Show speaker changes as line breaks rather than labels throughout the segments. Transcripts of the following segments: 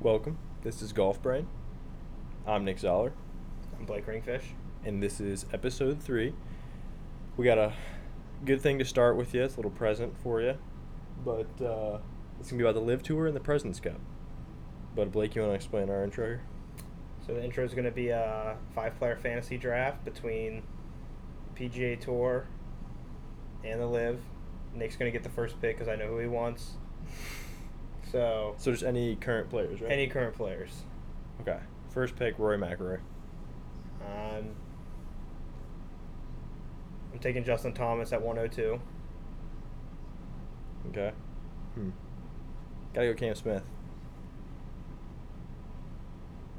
Welcome. This is Golf Brain. I'm Nick Zoller,
I'm Blake Ringfish.
and this is episode three. We got a good thing to start with you. It's a little present for you, but uh, it's gonna be about the Live Tour and the Presidents Cup. But Blake, you want to explain our intro here?
So the intro is going to be a five-player fantasy draft between PGA Tour and the Live. Nick's going to get the first pick because I know who he wants. So,
So just any current players, right?
any current players.
Okay. First pick, Rory McIlroy.
Um, I'm taking Justin Thomas at 102.
Okay. Hmm. Gotta go Cam Smith.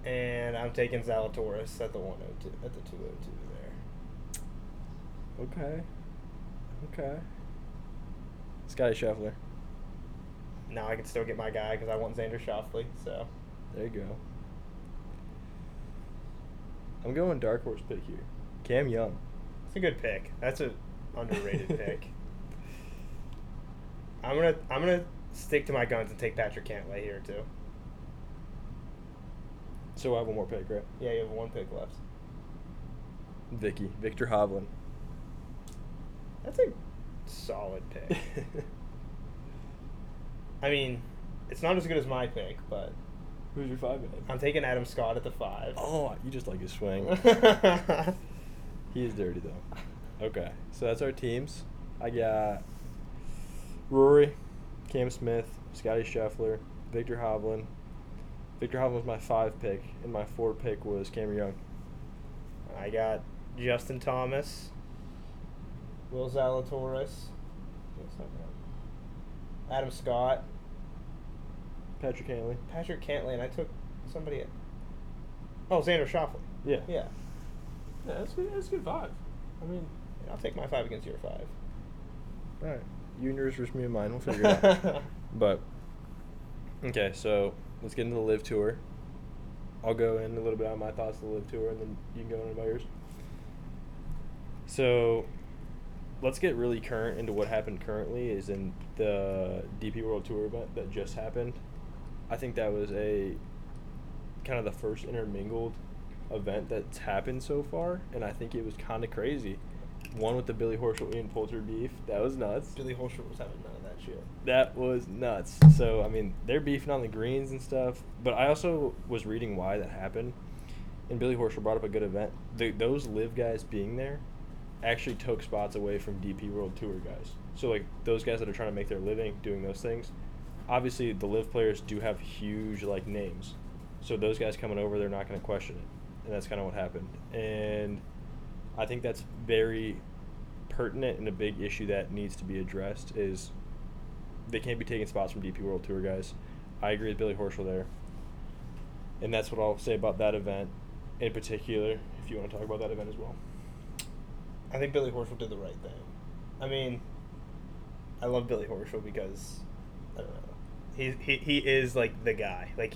And I'm taking Zalatoris at the 102 at the 202 there.
Okay. Okay. Scotty Scheffler.
Now I can still get my guy because I want Xander Shoffley. So
There you go. I'm going dark horse pick here. Cam Young.
it's a good pick. That's a underrated pick. I'm gonna I'm gonna stick to my guns and take Patrick Cantlay here too.
So I have one more pick, right?
Yeah, you have one pick left.
Vicky. Victor Hovland.
That's a solid pick. I mean, it's not as good as my pick, but
Who's your five man?
I'm taking Adam Scott at the five.
Oh, you just like his swing. he is dirty though. Okay, so that's our teams. I got Rory, Cam Smith, Scotty Scheffler, Victor Hovland. Victor Hovland was my five pick, and my four pick was Cameron Young.
I got Justin Thomas, Will Zalatoris, Adam Scott,
Patrick Hanley.
Patrick Cantlay, and I took somebody at. Oh, Xander Shoffley.
Yeah.
Yeah.
Yeah, that's good, that's good vibe. I mean,
And I'll take my five against your five.
all right. You and yours versus me and mine. We'll figure it out. But okay, so let's get into the live tour. I'll go in a little bit on my thoughts of the live tour, and then you can go in about yours. So let's get really current into what happened currently is in the DP World Tour event that just happened. I think that was a kind of the first intermingled event that's happened so far, and I think it was kind of crazy. One with the Billy Horschel Ian Poulter beef that was nuts.
Billy Holscher was having none of that shit.
That was nuts. So I mean, they're beefing on the greens and stuff. But I also was reading why that happened, and Billy Horschel brought up a good event. The, those live guys being there actually took spots away from DP World Tour guys. So like those guys that are trying to make their living doing those things, obviously the live players do have huge like names. So those guys coming over, they're not going to question it, and that's kind of what happened. And I think that's very pertinent and a big issue that needs to be addressed is they can't be taking spots from DP World Tour guys. I agree with Billy Horschel there. And that's what I'll say about that event in particular, if you want to talk about that event as well.
I think Billy Horschel did the right thing. I mean, I love Billy Horschel because I don't know. He he he is like the guy. Like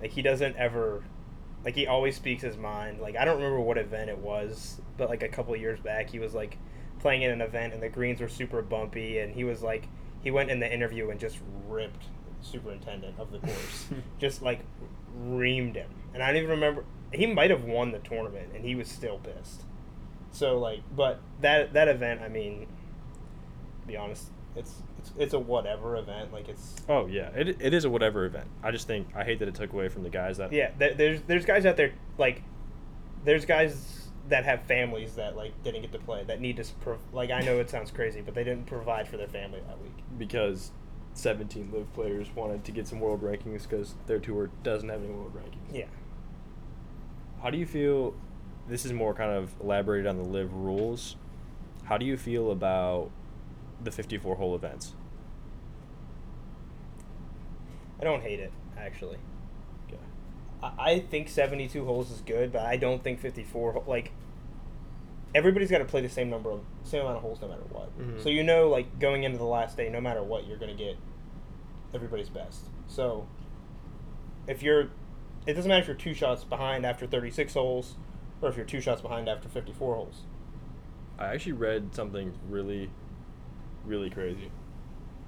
like he doesn't ever like he always speaks his mind. Like I don't remember what event it was, but like a couple of years back he was like playing in an event and the greens were super bumpy and he was like he went in the interview and just ripped the superintendent of the course. just like reamed him. And I don't even remember he might have won the tournament and he was still pissed. So like, but that that event, I mean, to be honest, it's it's it's a whatever event. Like it's
Oh, yeah. It, it is a whatever event. I just think I hate that it took away from the guys that.
yeah. There, there's there's guys out there like there's guys that have families that like didn't get to play that need to s- pro- like I know it sounds crazy, but they didn't provide for their family that week.
Because 17 live players wanted to get some world rankings because their tour doesn't have any world rankings.
Yeah.
How do you feel? This is more kind of elaborated on the live rules. How do you feel about the 54 hole events?
I don't hate it actually.
Okay.
I, I think 72 holes is good, but I don't think 54 ho- like everybody's got to play the same number of same amount of holes no matter what.
Mhm.
So you know like going into the last day no matter what you're going to get everybody's best. So if you're it doesn't matter if you're 2 shots behind after 36 holes or if you're 2 shots behind after 54 holes.
I actually read something really, really crazy.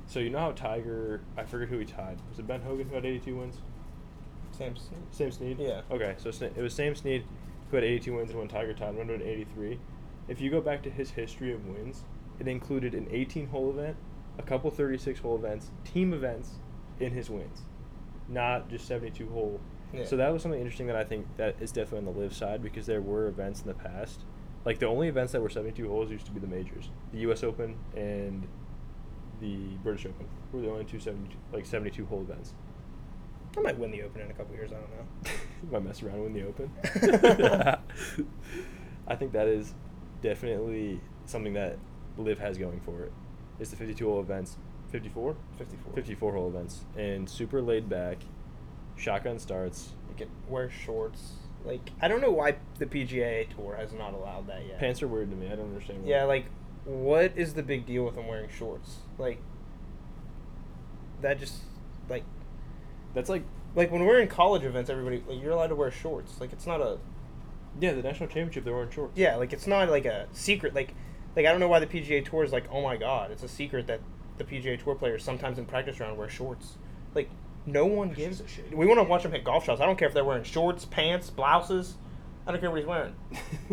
So you know how Tiger? I forget who he tied. Was it Ben Hogan who had eighty-two wins?
Sam Snead.
Sam Snead.
Yeah.
Okay, so Sne- it was Sam Snead who had 82 wins and won Tiger Todd, won an 83. If you go back to his history of wins, it included an 18 hole event, a couple 36 hole events, team events in his wins, not just 72 hole.
Yeah.
So that was something interesting that I think that is definitely on the live side because there were events in the past. Like the only events that were 72 holes used to be the majors, the U.S. Open and the British Open were the only two 72, like 72 hole events.
I might win the Open in a couple years. I don't know.
if I mess around and win the open. I think that is definitely something that Live has going for it. It's the 52 hole events, 54?
54.
54 hole events, and super laid back, shotgun starts,
You can wear shorts. Like I don't know why the PGA Tour has not allowed that yet.
Pants are weird to me. I don't understand. why.
Yeah, like what is the big deal with them wearing shorts? Like that just like
that's like,
like when we're in college events, everybody like you're allowed to wear shorts. Like it's not a
yeah, the national championship they were in shorts.
yeah, like it's not like a secret. Like like I don't know why the PGA Tour is like oh my god, it's a secret that the PGA Tour players sometimes in practice round wear shorts. Like no one gives a shit. We want to watch them hit golf shots. I don't care if they're wearing shorts, pants, blouses. I don't care what he's wearing.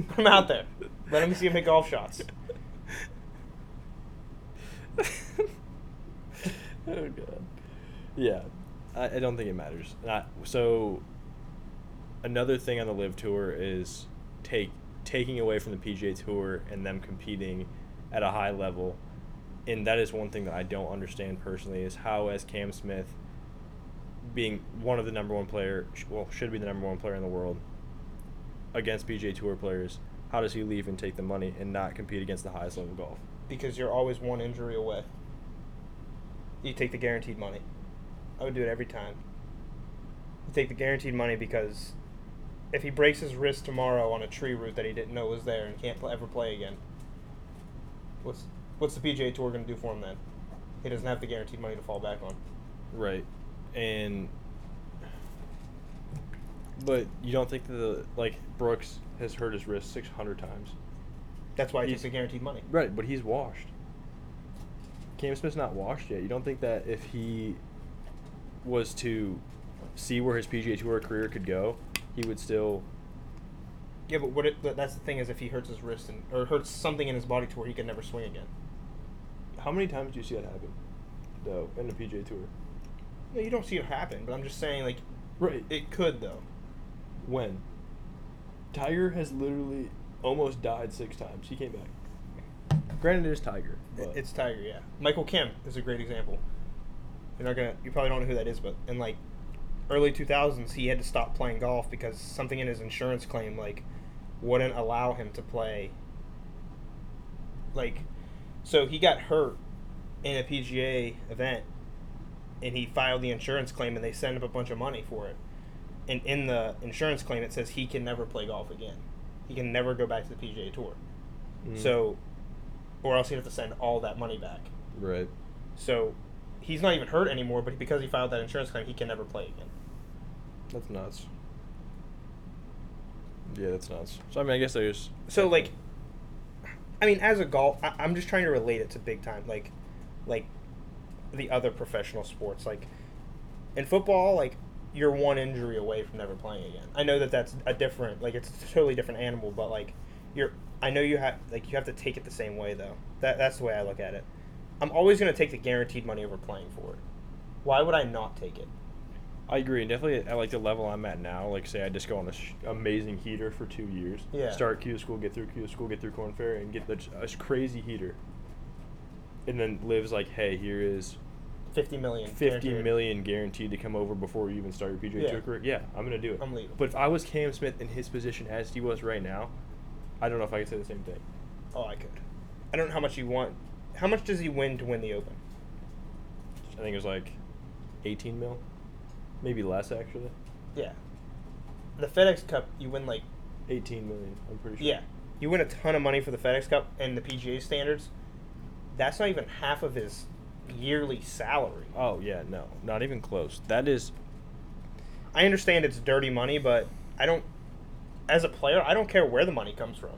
Put him out there. Let him see him hit golf shots.
oh god. Yeah, I, I don't think it matters. And I- so another thing on the live tour is take taking away from the PGA tour and them competing at a high level. And that is one thing that I don't understand personally is how as Cam Smith being one of the number one player, sh- well, should be the number one player in the world against PGA Tour players. How does he leave and take the money and not compete against the highest level of golf?
because you're always one injury away. You take the guaranteed money. I would do it every time. You take the guaranteed money because if he breaks his wrist tomorrow on a tree root that he didn't know was there and can't pl- ever play again, what's what's the PGA Tour going to do for him then? He doesn't have the guaranteed money to fall back on.
Right. And but you don't think that the like Brooks has hurt his wrist 600 times.
That's why he
He's-
takes the guaranteed money.
Right, but he's washed. Cam Smith's not washed yet. You don't think that if he was to see where his PGA Tour career could go, he would still
Yeah, but what? It, but that's the thing is if he hurts his wrist and or hurts something in his body to where he can never swing again.
How many times do you see that happen though in the PGA Tour?
No, you don't see it happen, but I'm just saying like
Right.
it could though.
when Tiger has literally almost died 6 times. He came back. Granted it is Tiger,
It-
but
It's Tiger, yeah. Michael Kim is a great example. You're not gonna, you probably don't know who that is, but in like early 2000s, he had to stop playing golf because something in his insurance claim like wouldn't allow him to play. Like, so he got hurt in a PGA event, and he filed the insurance claim, and they sent him a bunch of money for it. And in the insurance claim, it says he can never play golf again. He can never go back to the PGA Tour.
Mm.
So, or else he'd have to send all that money back.
Right.
So, he's not even hurt anymore, but because he filed that insurance claim, he can never play again.
That's nuts. Yeah, that's nuts. So I mean, I guess there's
So, like, I mean, as a golf, I, I'm just trying to relate it to big time, like, like the other professional sports. Like, in football, like, you're one injury away from never playing again. I know that that's a different, like, it's a totally different animal, but like, you're, I know you have, like, you have to take it the same way though. That that's the way I look at it. I'm always gonna take the guaranteed money over playing for it. Why would I not take it?
I agree, and definitely at like the level I'm at now, like say I just go on a sh- amazing heater for two years,
Yeah.
start Q school, get through Q school, get through Corn Fair, and get this, this crazy heater, and then lives like, hey, here is
Fifty million.
fifty
guaranteed.
million guaranteed to come over before you even start your PGA
Yeah.
Tour career. Yeah, I'm gonna do it.
I'm leaving.
But if I was Cam Smith in his position as he was right now, I don't know if I could say the same thing.
Oh, I could. I don't know how much you want. How much does he win to win the Open?
I think it was like eighteen mil, maybe less actually.
Yeah. The FedEx Cup, you win like
18 million, I'm pretty sure.
yeah, you win a ton of money for the FedEx Cup and the PGA standards. That's not even half of his yearly salary.
Oh, yeah, no. Not even close. That is.
I understand it's dirty money, but I don't. As a player, I don't care where the money comes from.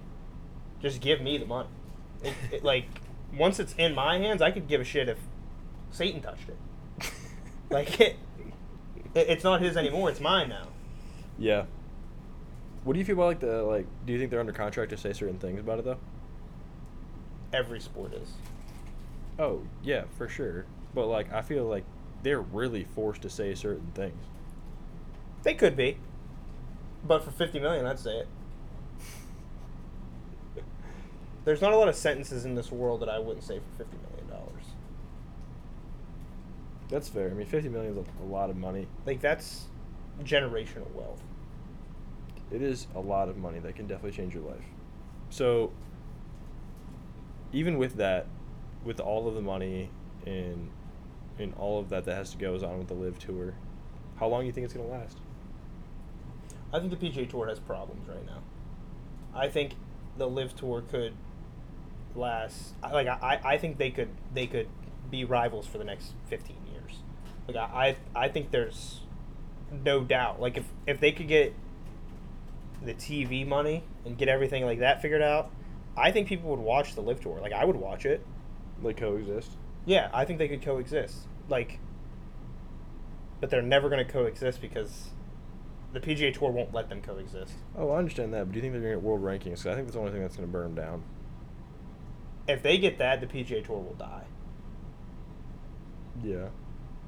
Just give me the money. It, it, like once it's in my hands, I could give a shit if Satan touched it. Like it. It, it's not his anymore. It's mine now.
Yeah. What do you feel about like the like? Do you think they're under contract to say certain things about it though?
Every sport is.
Oh yeah, for sure. But like, I feel like they're really forced to say certain things.
They could be. But for fifty million, I'd say it. There's not a lot of sentences in this world that I wouldn't say for fifty million dollars.
That's fair. I mean, fifty million is a, a lot of money.
Like that's generational wealth.
It is a lot of money that can definitely change your life. So, even with that, with all of the money and and all of that that has to goes on with the live tour, how long do you think it's gonna last?
I think the PGA Tour has problems right now. I think the Live Tour could last. I- Like I, I I think they could they could be rivals for the next fifteen years. Like I, I, I think there's no doubt. Like if if they could get the TV money and get everything like that figured out, I think people would watch the Live Tour. Like I would watch it.
Like coexist?
Yeah, I think they could coexist. Like, but they're never going to coexist because the PGA Tour won't let them coexist.
Oh, I understand that, but do you think they're gonna get world rankings? 'Cause I think that's the only thing that's gonna burn them down.
If they get that, the PGA Tour will die.
Yeah.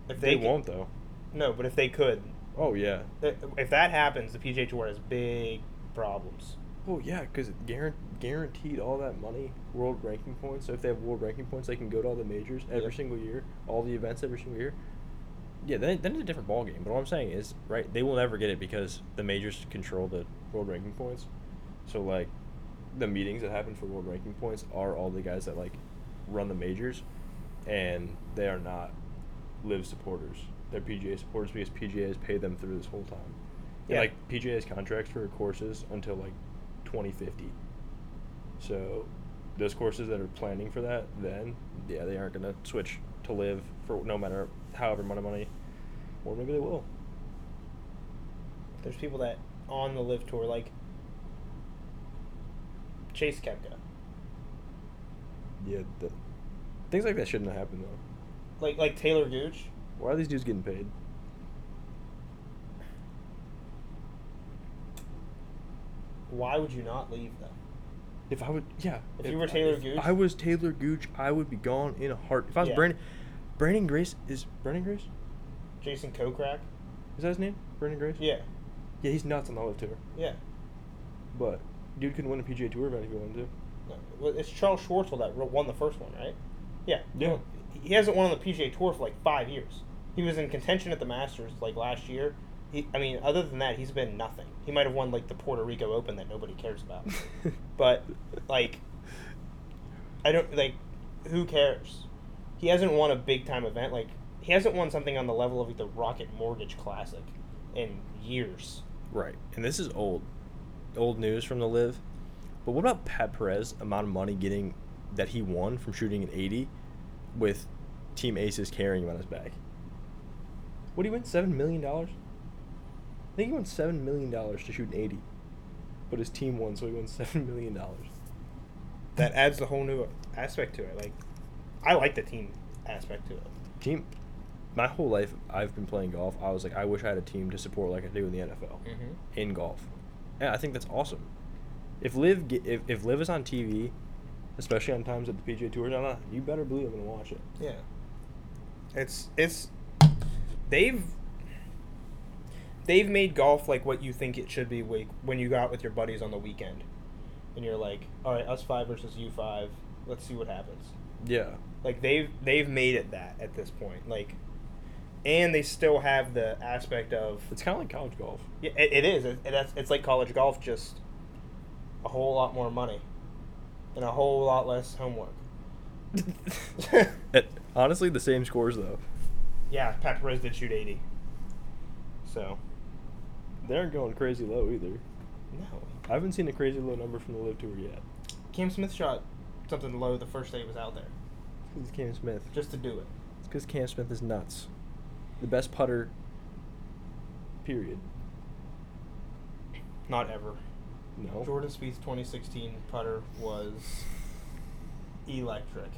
If
They,
could-
won't though.
No, but if they could,
Oh yeah.
i- if that happens, the PGA Tour has big problems.
Well, yeah, because guaranteed all that money, world ranking points. So if they have world ranking points, they can go to all the majors every
Yep.
single year, all the events every single year. Yeah, then, then it's a different ballgame. But what I'm saying is, right, they will never get it because the majors control the world ranking points. So, like, the meetings that happen for world ranking points are all the guys that, like, run the majors, and they are not live supporters. They're PGA supporters because PGA has paid them through this whole time. And,
Yeah.
like, PGA has contracts for courses until, like, 2050. So those courses that are planning for that, then yeah, they aren't gonna switch to live for no matter however amount of money, or maybe they will.
There's people that on the Live Tour like Chase Kepka.
Yeah, the, things like that shouldn't have happened though.
like like Taylor Gooch.
Why are these dudes getting paid?
Why would you not leave them?
If I would, yeah.
If you were Taylor
if
Gooch-
I was Taylor Gooch. I would be gone in a heart. If I was
Yeah.
Brandon, Brandon Grace is Brandon Grace.
Jason Kokrak.
Is that his name? Brandon Grace.
Yeah,
Yeah, he's nuts on the live tour,
yeah.
but dude could win a PGA Tour event if he wanted to.
No, well, it's Charles Schwartzel that ro- won the first one, right? Yeah.
Yeah.
He hasn't won on the PGA Tour for like five years. He was in contention at the Masters like last year. He, I mean, other than that, he's been nothing. He might have won like the Puerto Rico Open that nobody cares about, but like, I don't like. Who cares? He hasn't won a big time event. Like, he hasn't won something on the level of like the Rocket Mortgage Classic in years.
Right. And this is old old news from the live. But what about Pat Perez amount of money getting that he won from shooting an 80 with team aces carrying him on his back? What do you win? 7 million dollars? I think he won 7 million dollars to shoot an 80. But his team won, so he won 7 million dollars.
that adds the whole new aspect to it. Like, I like the team aspect to it.
Team my whole life I've been playing golf. I was like I wish I had a team to support like I do in the NFL.
Mm-hmm.
in golf. Yeah, I think that's awesome. If Liv ge- if, if Liv is on TV, especially on times that the PGA Tour is on, you better believe I'm gonna watch it.
Yeah, it's it's they've they've made golf like what you think it should be like when you go out with your buddies on the weekend, and you're like, all right, us five versus you five. Let's see what happens.
Yeah,
Like they've they've made it that at this point. Like, and they still have the aspect of
it's kind of like college golf.
Yeah, it, it is. It, it's, it's like college golf, just a whole lot more money and a whole lot less homework.
At, honestly, the same scores though.
yeah, Pat Perez did shoot 80. So,
They aren't going crazy low either.
no. Uh,
I haven't seen a crazy low number from the Live Tour yet.
Cam Smith shot something low the first day he was out there,
It's Cam Smith.
just to do it.
It's because Cam Smith is nuts. The best putter. Period.
Not ever.
No.
Jordan Spieth's 2016 putter was electric.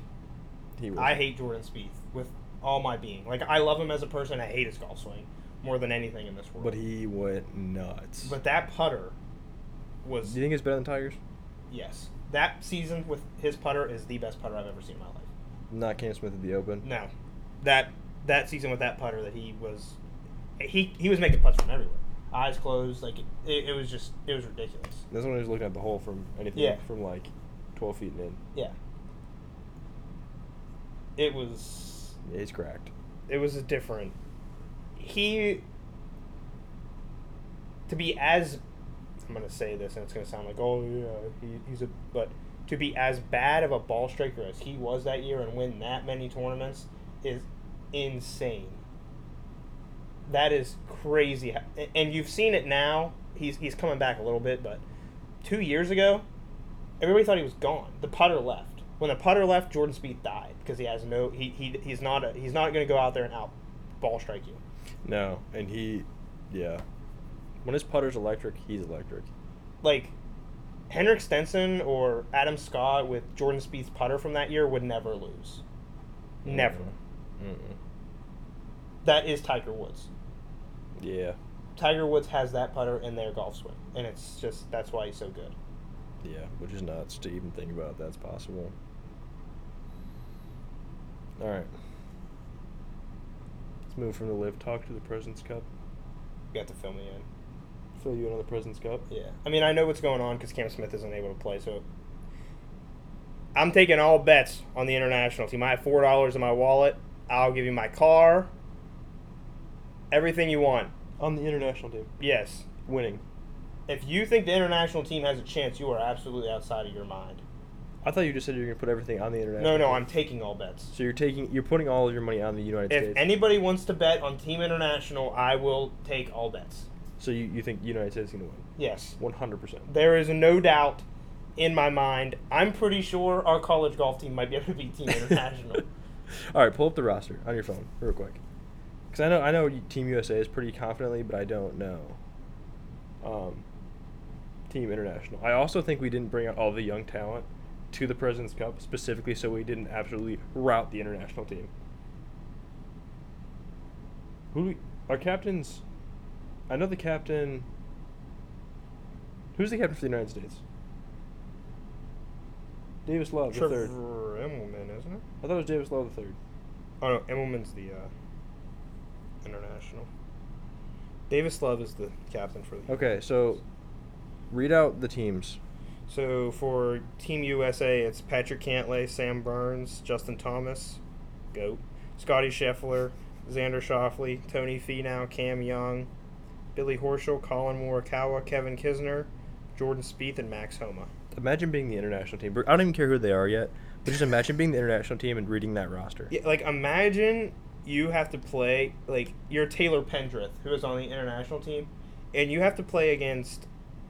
He
I
wasn't.
hate Jordan Spieth with all my being. Like I love him as a person. I hate his golf swing, more than anything in this world.
But he went nuts.
But that putter
do
was
you think it's better than Tiger's?
yes. That season with his putter is the best putter I've ever seen in my life.
Not Cam Smith at the Open.
No, that that season with that putter that he was, he he was making putts from everywhere, eyes closed, like it, it was just it was ridiculous.
That's when he was looking at the hole from anything
Yeah.
from like twelve feet and in.
Yeah, it was
Yeah, he's cracked.
it was a different. He to be as I'm gonna say this and it's gonna sound like oh yeah he, he's a but to be as bad of a ball striker as he was that year and win that many tournaments is insane. That is crazy, A- and you've seen it now. He's he's coming back a little bit, but two years ago, everybody thought he was gone. The putter left. When the putter left, Jordan Speed died because he has no he, he he's not a, he's not going to go out there and out ball strike you.
No, and he, yeah, when his putter's electric, he's electric.
Like Henrik Stenson or Adam Scott with Jordan Speed's putter from that year would never lose. Never.
Mm-mm.
That is Tiger Woods.
Yeah,
Tiger Woods has that putter in their golf swing, and it's just that's why he's so good.
yeah, which is nuts to even think about. That's possible. All right, let's move from the live talk to the Presidents Cup.
You have to fill me in.
Fill you in on the Presidents Cup.
Yeah, I mean I know what's going on because Cam Smith isn't able to play, so I'm taking all bets on the international team. I have four dollars in my wallet. I'll give you my car, everything you want.
On the international team,
Yes,
winning.
if you think the international team has a chance, you are absolutely outside of your mind.
I thought you just said you were gonna put everything on the international.
No, no,
team.
I'm taking all bets.
So you're taking, you're putting all of your money on the United
If
States.
anybody wants to bet on Team International, I will take all bets.
so you, you think United States is gonna win?
Yes.
One hundred percent.
There is no doubt in my mind. I'm pretty sure our college golf team might be able to beat Team International.
All right, pull up the roster on your phone real quick, because I know I know Team USA is pretty confidently, but I don't know. Um, Team International. I also think we didn't bring out all the young talent to the Presidents Cup specifically, so we didn't absolutely rout the international team. Who do we- our captains? I know the captain. Who's the captain for the United States? Davis Love the third.
Trevor Immelman, isn't it?
I thought it was Davis Love the third.
Oh no, Immelman's the uh, international. Davis Love is the captain for the.
Okay, so read out the teams.
So for Team USA, it's Patrick Cantlay, Sam Burns, Justin Thomas, goat, Scotty Scheffler, Xander Shoffley, Tony Finau, Cam Young, Billy Horschel, Colin Morikawa, Kevin Kisner, Jordan Spieth, and Max Homa.
Imagine being the international team. I don't even care who they are yet, but just imagine being the international team and reading that roster.
Yeah, like imagine you have to play like you're Taylor Pendrith, who is on the international team, and you have to play against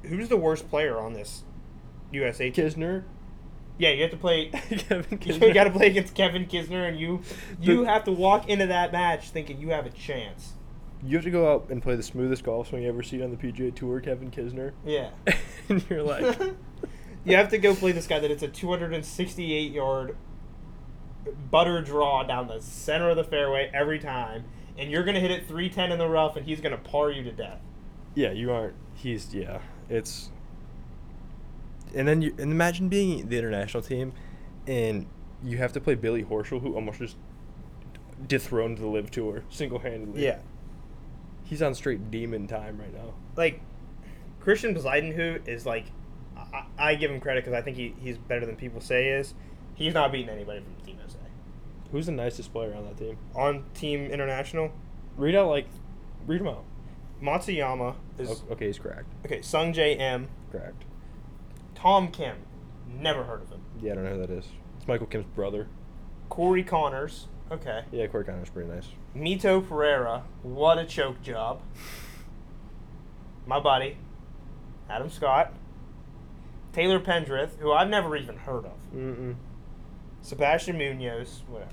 who's the worst player on this USA team?
Kisner,
Yeah, you have to play.
Kevin Kisner.
You got to play against Kevin Kisner, and you you
The-
have to walk into that match thinking you have a chance.
You have to go out and play the smoothest golf swing you ever seen on the PGA Tour, Kevin Kisner.
Yeah.
and you're like,
you have to go play this guy that it's a 268 yard butter draw down the center of the fairway every time, and you're gonna hit it 310 in the rough, and he's gonna par you to death.
yeah, you aren't. He's yeah. It's and then you and imagine being the international team, and you have to play Billy Horschel, who almost just dethroned the Live Tour single handedly. he's on straight demon time right now.
like Christian Bzidenhu is like I, I give him credit because I think he, he's better than people say he is. He's not beating anybody from Team USA
Who's the nicest player on that team?
on Team International.
Read out like, read them out.
Matsuyama is
O- Okay, he's cracked.
okay. Sung J M.
Cracked.
Tom Kim, never heard of him.
Yeah, I don't know who that is. It's Michael Kim's brother.
Corey Connors, okay.
Yeah, Corey Connor's pretty nice.
Mito Pereira, what a choke job. My buddy, Adam Scott, Taylor Pendrith, who I've never even heard of.
Mm-mm.
Sebastian Munoz, whatever.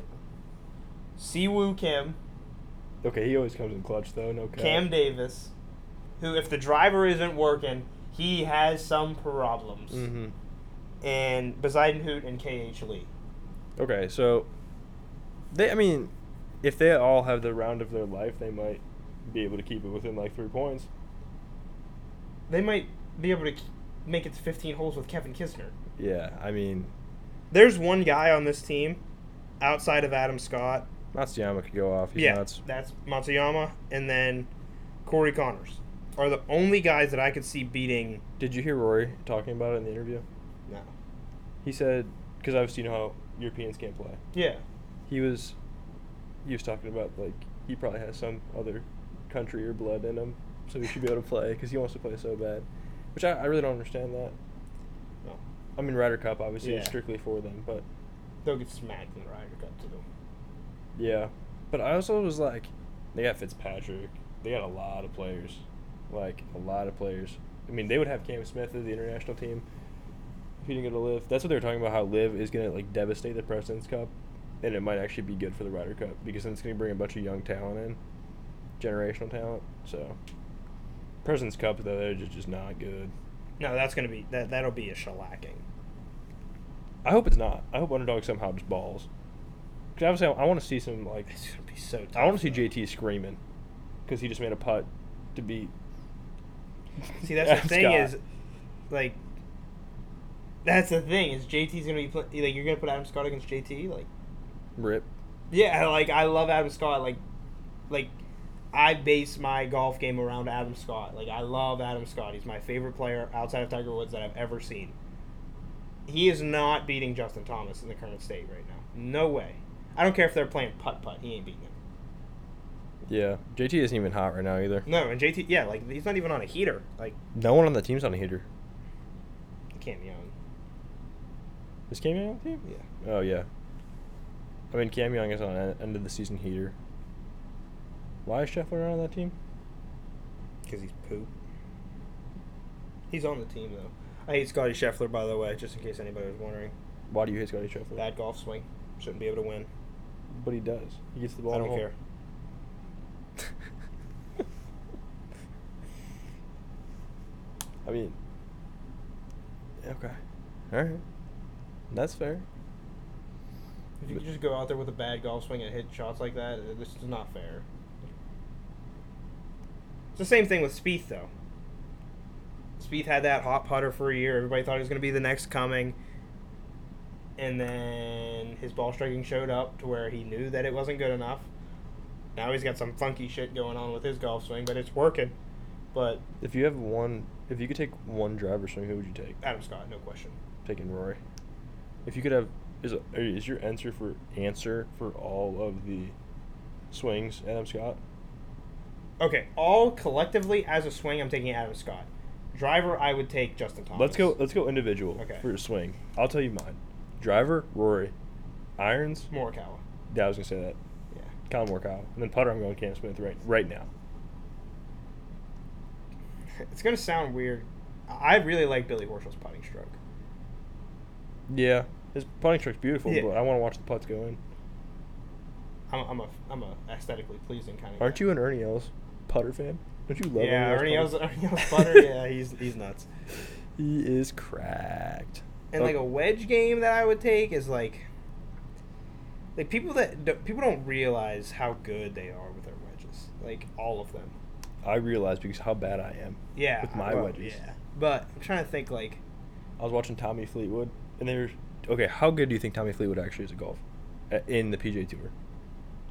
Siwoo Kim,
Okay, he always comes in clutch though. No cap.
Cam Davis, who, if the driver isn't working, he has some problems.
Mm-hmm.
And Besidenhoot and KH Lee.
Okay, so they. I mean, if they all have the round of their life, they might be able to keep it within like three points.
They might be able to k- make it to 15 holes with Kevin Kisner.
Yeah, I mean,
There's one guy on this team outside of Adam Scott.
Matsuyama could go off. He's
yeah,
nuts.
that's Matsuyama and then Corey Connors are the only guys that I could see beating.
Did you hear Rory talking about it in the interview?
No.
He said, because obviously you know how Europeans can't play.
Yeah.
He was, he was talking about like he probably has some other country or blood in him, so he should be able to play because he wants to play so bad, which I, I really don't understand that.
No.
I mean, Ryder Cup obviously
Yeah.
is strictly for them, but
They'll get smacked in the Ryder Cup too.
yeah. But I also was like, they got Fitzpatrick. They got a lot of players, like a lot of players. I mean, they would have Cam Smith as the international team if he didn't go to Live. That's what they were talking about. How Live is gonna like devastate the Presidents Cup, and it might actually be good for the Ryder Cup because then it's gonna bring a bunch of young talent in, generational talent. So Presidents Cup though, they're just, just not good.
No, that's gonna be that. That'll be a shellacking.
I hope it's not. I hope Underdog somehow just balls. Cause obviously, I, I want to see some like
It's gonna be so. Tough,
I want to see
though.
JT screaming because he just made a putt to beat.
See, that's
Adam
the thing
Scott.
is, like, that's the thing is JT's gonna be pl- like you're gonna put Adam Scott against JT like.
rip.
Yeah, like I love Adam Scott. Like, like I base my golf game around Adam Scott. Like I love Adam Scott. He's my favorite player outside of Tiger Woods that I've ever seen. He is not beating Justin Thomas in the current state right now. No way. I don't care if they're playing putt putt. He ain't beating him.
Yeah, JT isn't even hot right now either.
No, and JT. Yeah, like he's not even on a heater. Like
No one on the team's on a hitter.
he can't be on.
Is Cam Young on the team?
Yeah.
Oh yeah. I mean, Cam Young is on an end of the season heater. Why is Scheffler not on that team?
Because he's poop. He's on the team though. I hate Scotty Scheffler, by the way, just in case anybody was wondering.
Why do you hate Scotty Scheffler?
Bad golf swing. Shouldn't be able to win.
But he does. He gets the ball.
I
in
don't
the hole.
care.
I mean, okay, all right, that's fair.
If you could just go out there with a bad golf swing and hit shots like that, uh, this is not fair. It's the same thing with Spieth though. Spieth had that hot putter for a year. Everybody thought he was going to be the next coming, and then his ball striking showed up to where he knew that it wasn't good enough. Now he's got some funky shit going on with his golf swing, but it's working. But
If you have one, if you could take one driver swing, who would you take?
Adam Scott, no question.
Taking Rory. If you could have, is is your answer for answer for all of the swings, Adam Scott?
Okay, all collectively as a swing, I'm taking Adam Scott. Driver, I would take Justin Thomas.
Let's go. Let's go individual
Okay.
for a swing. I'll tell you mine. Driver Rory, irons.
Morikawa.
Yeah, I was gonna say that.
Yeah.
Colin Morikawa, and then putter. I'm going Cam Smith right right now.
It's gonna sound weird. I I really like Billy Horschel's putting stroke.
Yeah, his putting stroke's beautiful,
Yeah.
but I want to watch the putts go in.
I'm, I'm a I'm a aesthetically pleasing kind of.
Aren't you an Ernie Els putter fan? Don't you love?
yeah, Ernie Els
Els
Ernie Els putter. yeah, he's he's nuts.
He is cracked.
And like a wedge game that I would take is like, like people that do, people don't realize how good they are with their wedges. Like all of them.
I realized because how bad I am.
Yeah.
With my
well,
wedges.
Yeah. But I'm trying to think like
I was watching Tommy Fleetwood, and they were okay. How good do you think Tommy Fleetwood actually is at golf, uh, in the PJ Tour?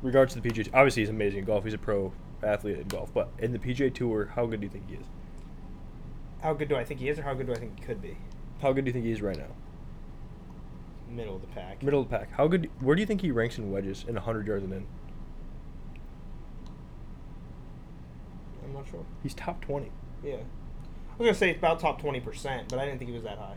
Regards to the PJ, obviously he's amazing at golf. He's a pro athlete at golf, but in the PJ Tour, how good do you think he is?
how good do I think he is or how good do I think he could be?
How good do you think he is right now?
Middle of the pack.
Middle of the pack. How good? Where do you think he ranks in wedges and 100 yards and in?
I'm not sure.
He's top 20.
Yeah. I was gonna say it's about top twenty percent, but I didn't think he was that high.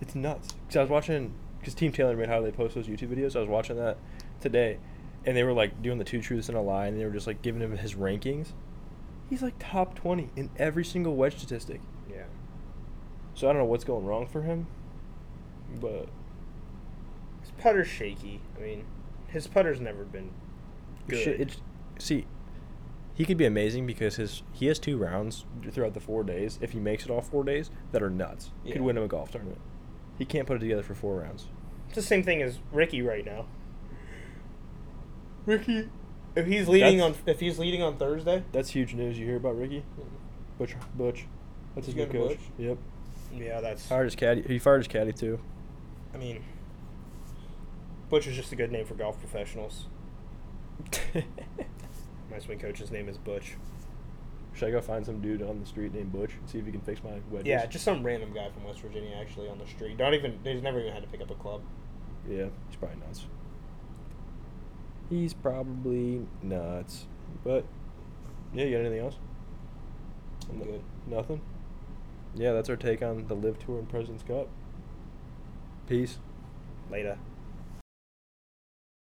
It's nuts. Because I was watching, because Team Taylor made how they post those YouTube videos. I was watching that today, and they were like doing the two truths and a lie, and they were just like giving him his rankings. He's like top 20 in every single wedge statistic.
Yeah.
So I don't know what's going wrong for him, but
His putter's shaky. I mean, his putter's never been
it
good.
should- it's see, he could be amazing because his he has two rounds throughout the four days. If he makes it all four days, that are nuts.
Yeah.
Could win him a golf tournament. He can't put it together for four rounds.
It's the same thing as Ricky right now. Ricky If he's leading
That's-
on, if he's leading on Thursday,
That's huge news. You hear about Ricky Butch? Butch, that's his
He's
new
going
coach.
to Butch?
Yep.
yeah, that's.
Fired his caddy. He fired his caddy too.
I mean, Butch is just a good name for golf professionals. My swing coach's name is Butch.
Should I go find some dude on the street named Butch and see if he can fix my wedges?
Yeah, just some random guy from West Virginia, actually, on the street. Not even they've never even had to pick up a club.
Yeah, he's probably nuts. He's probably nuts. But yeah, you got anything else?
I'm good.
Nothing. Yeah, that's our take on the Live Tour and Presidents Cup. Peace.
Later.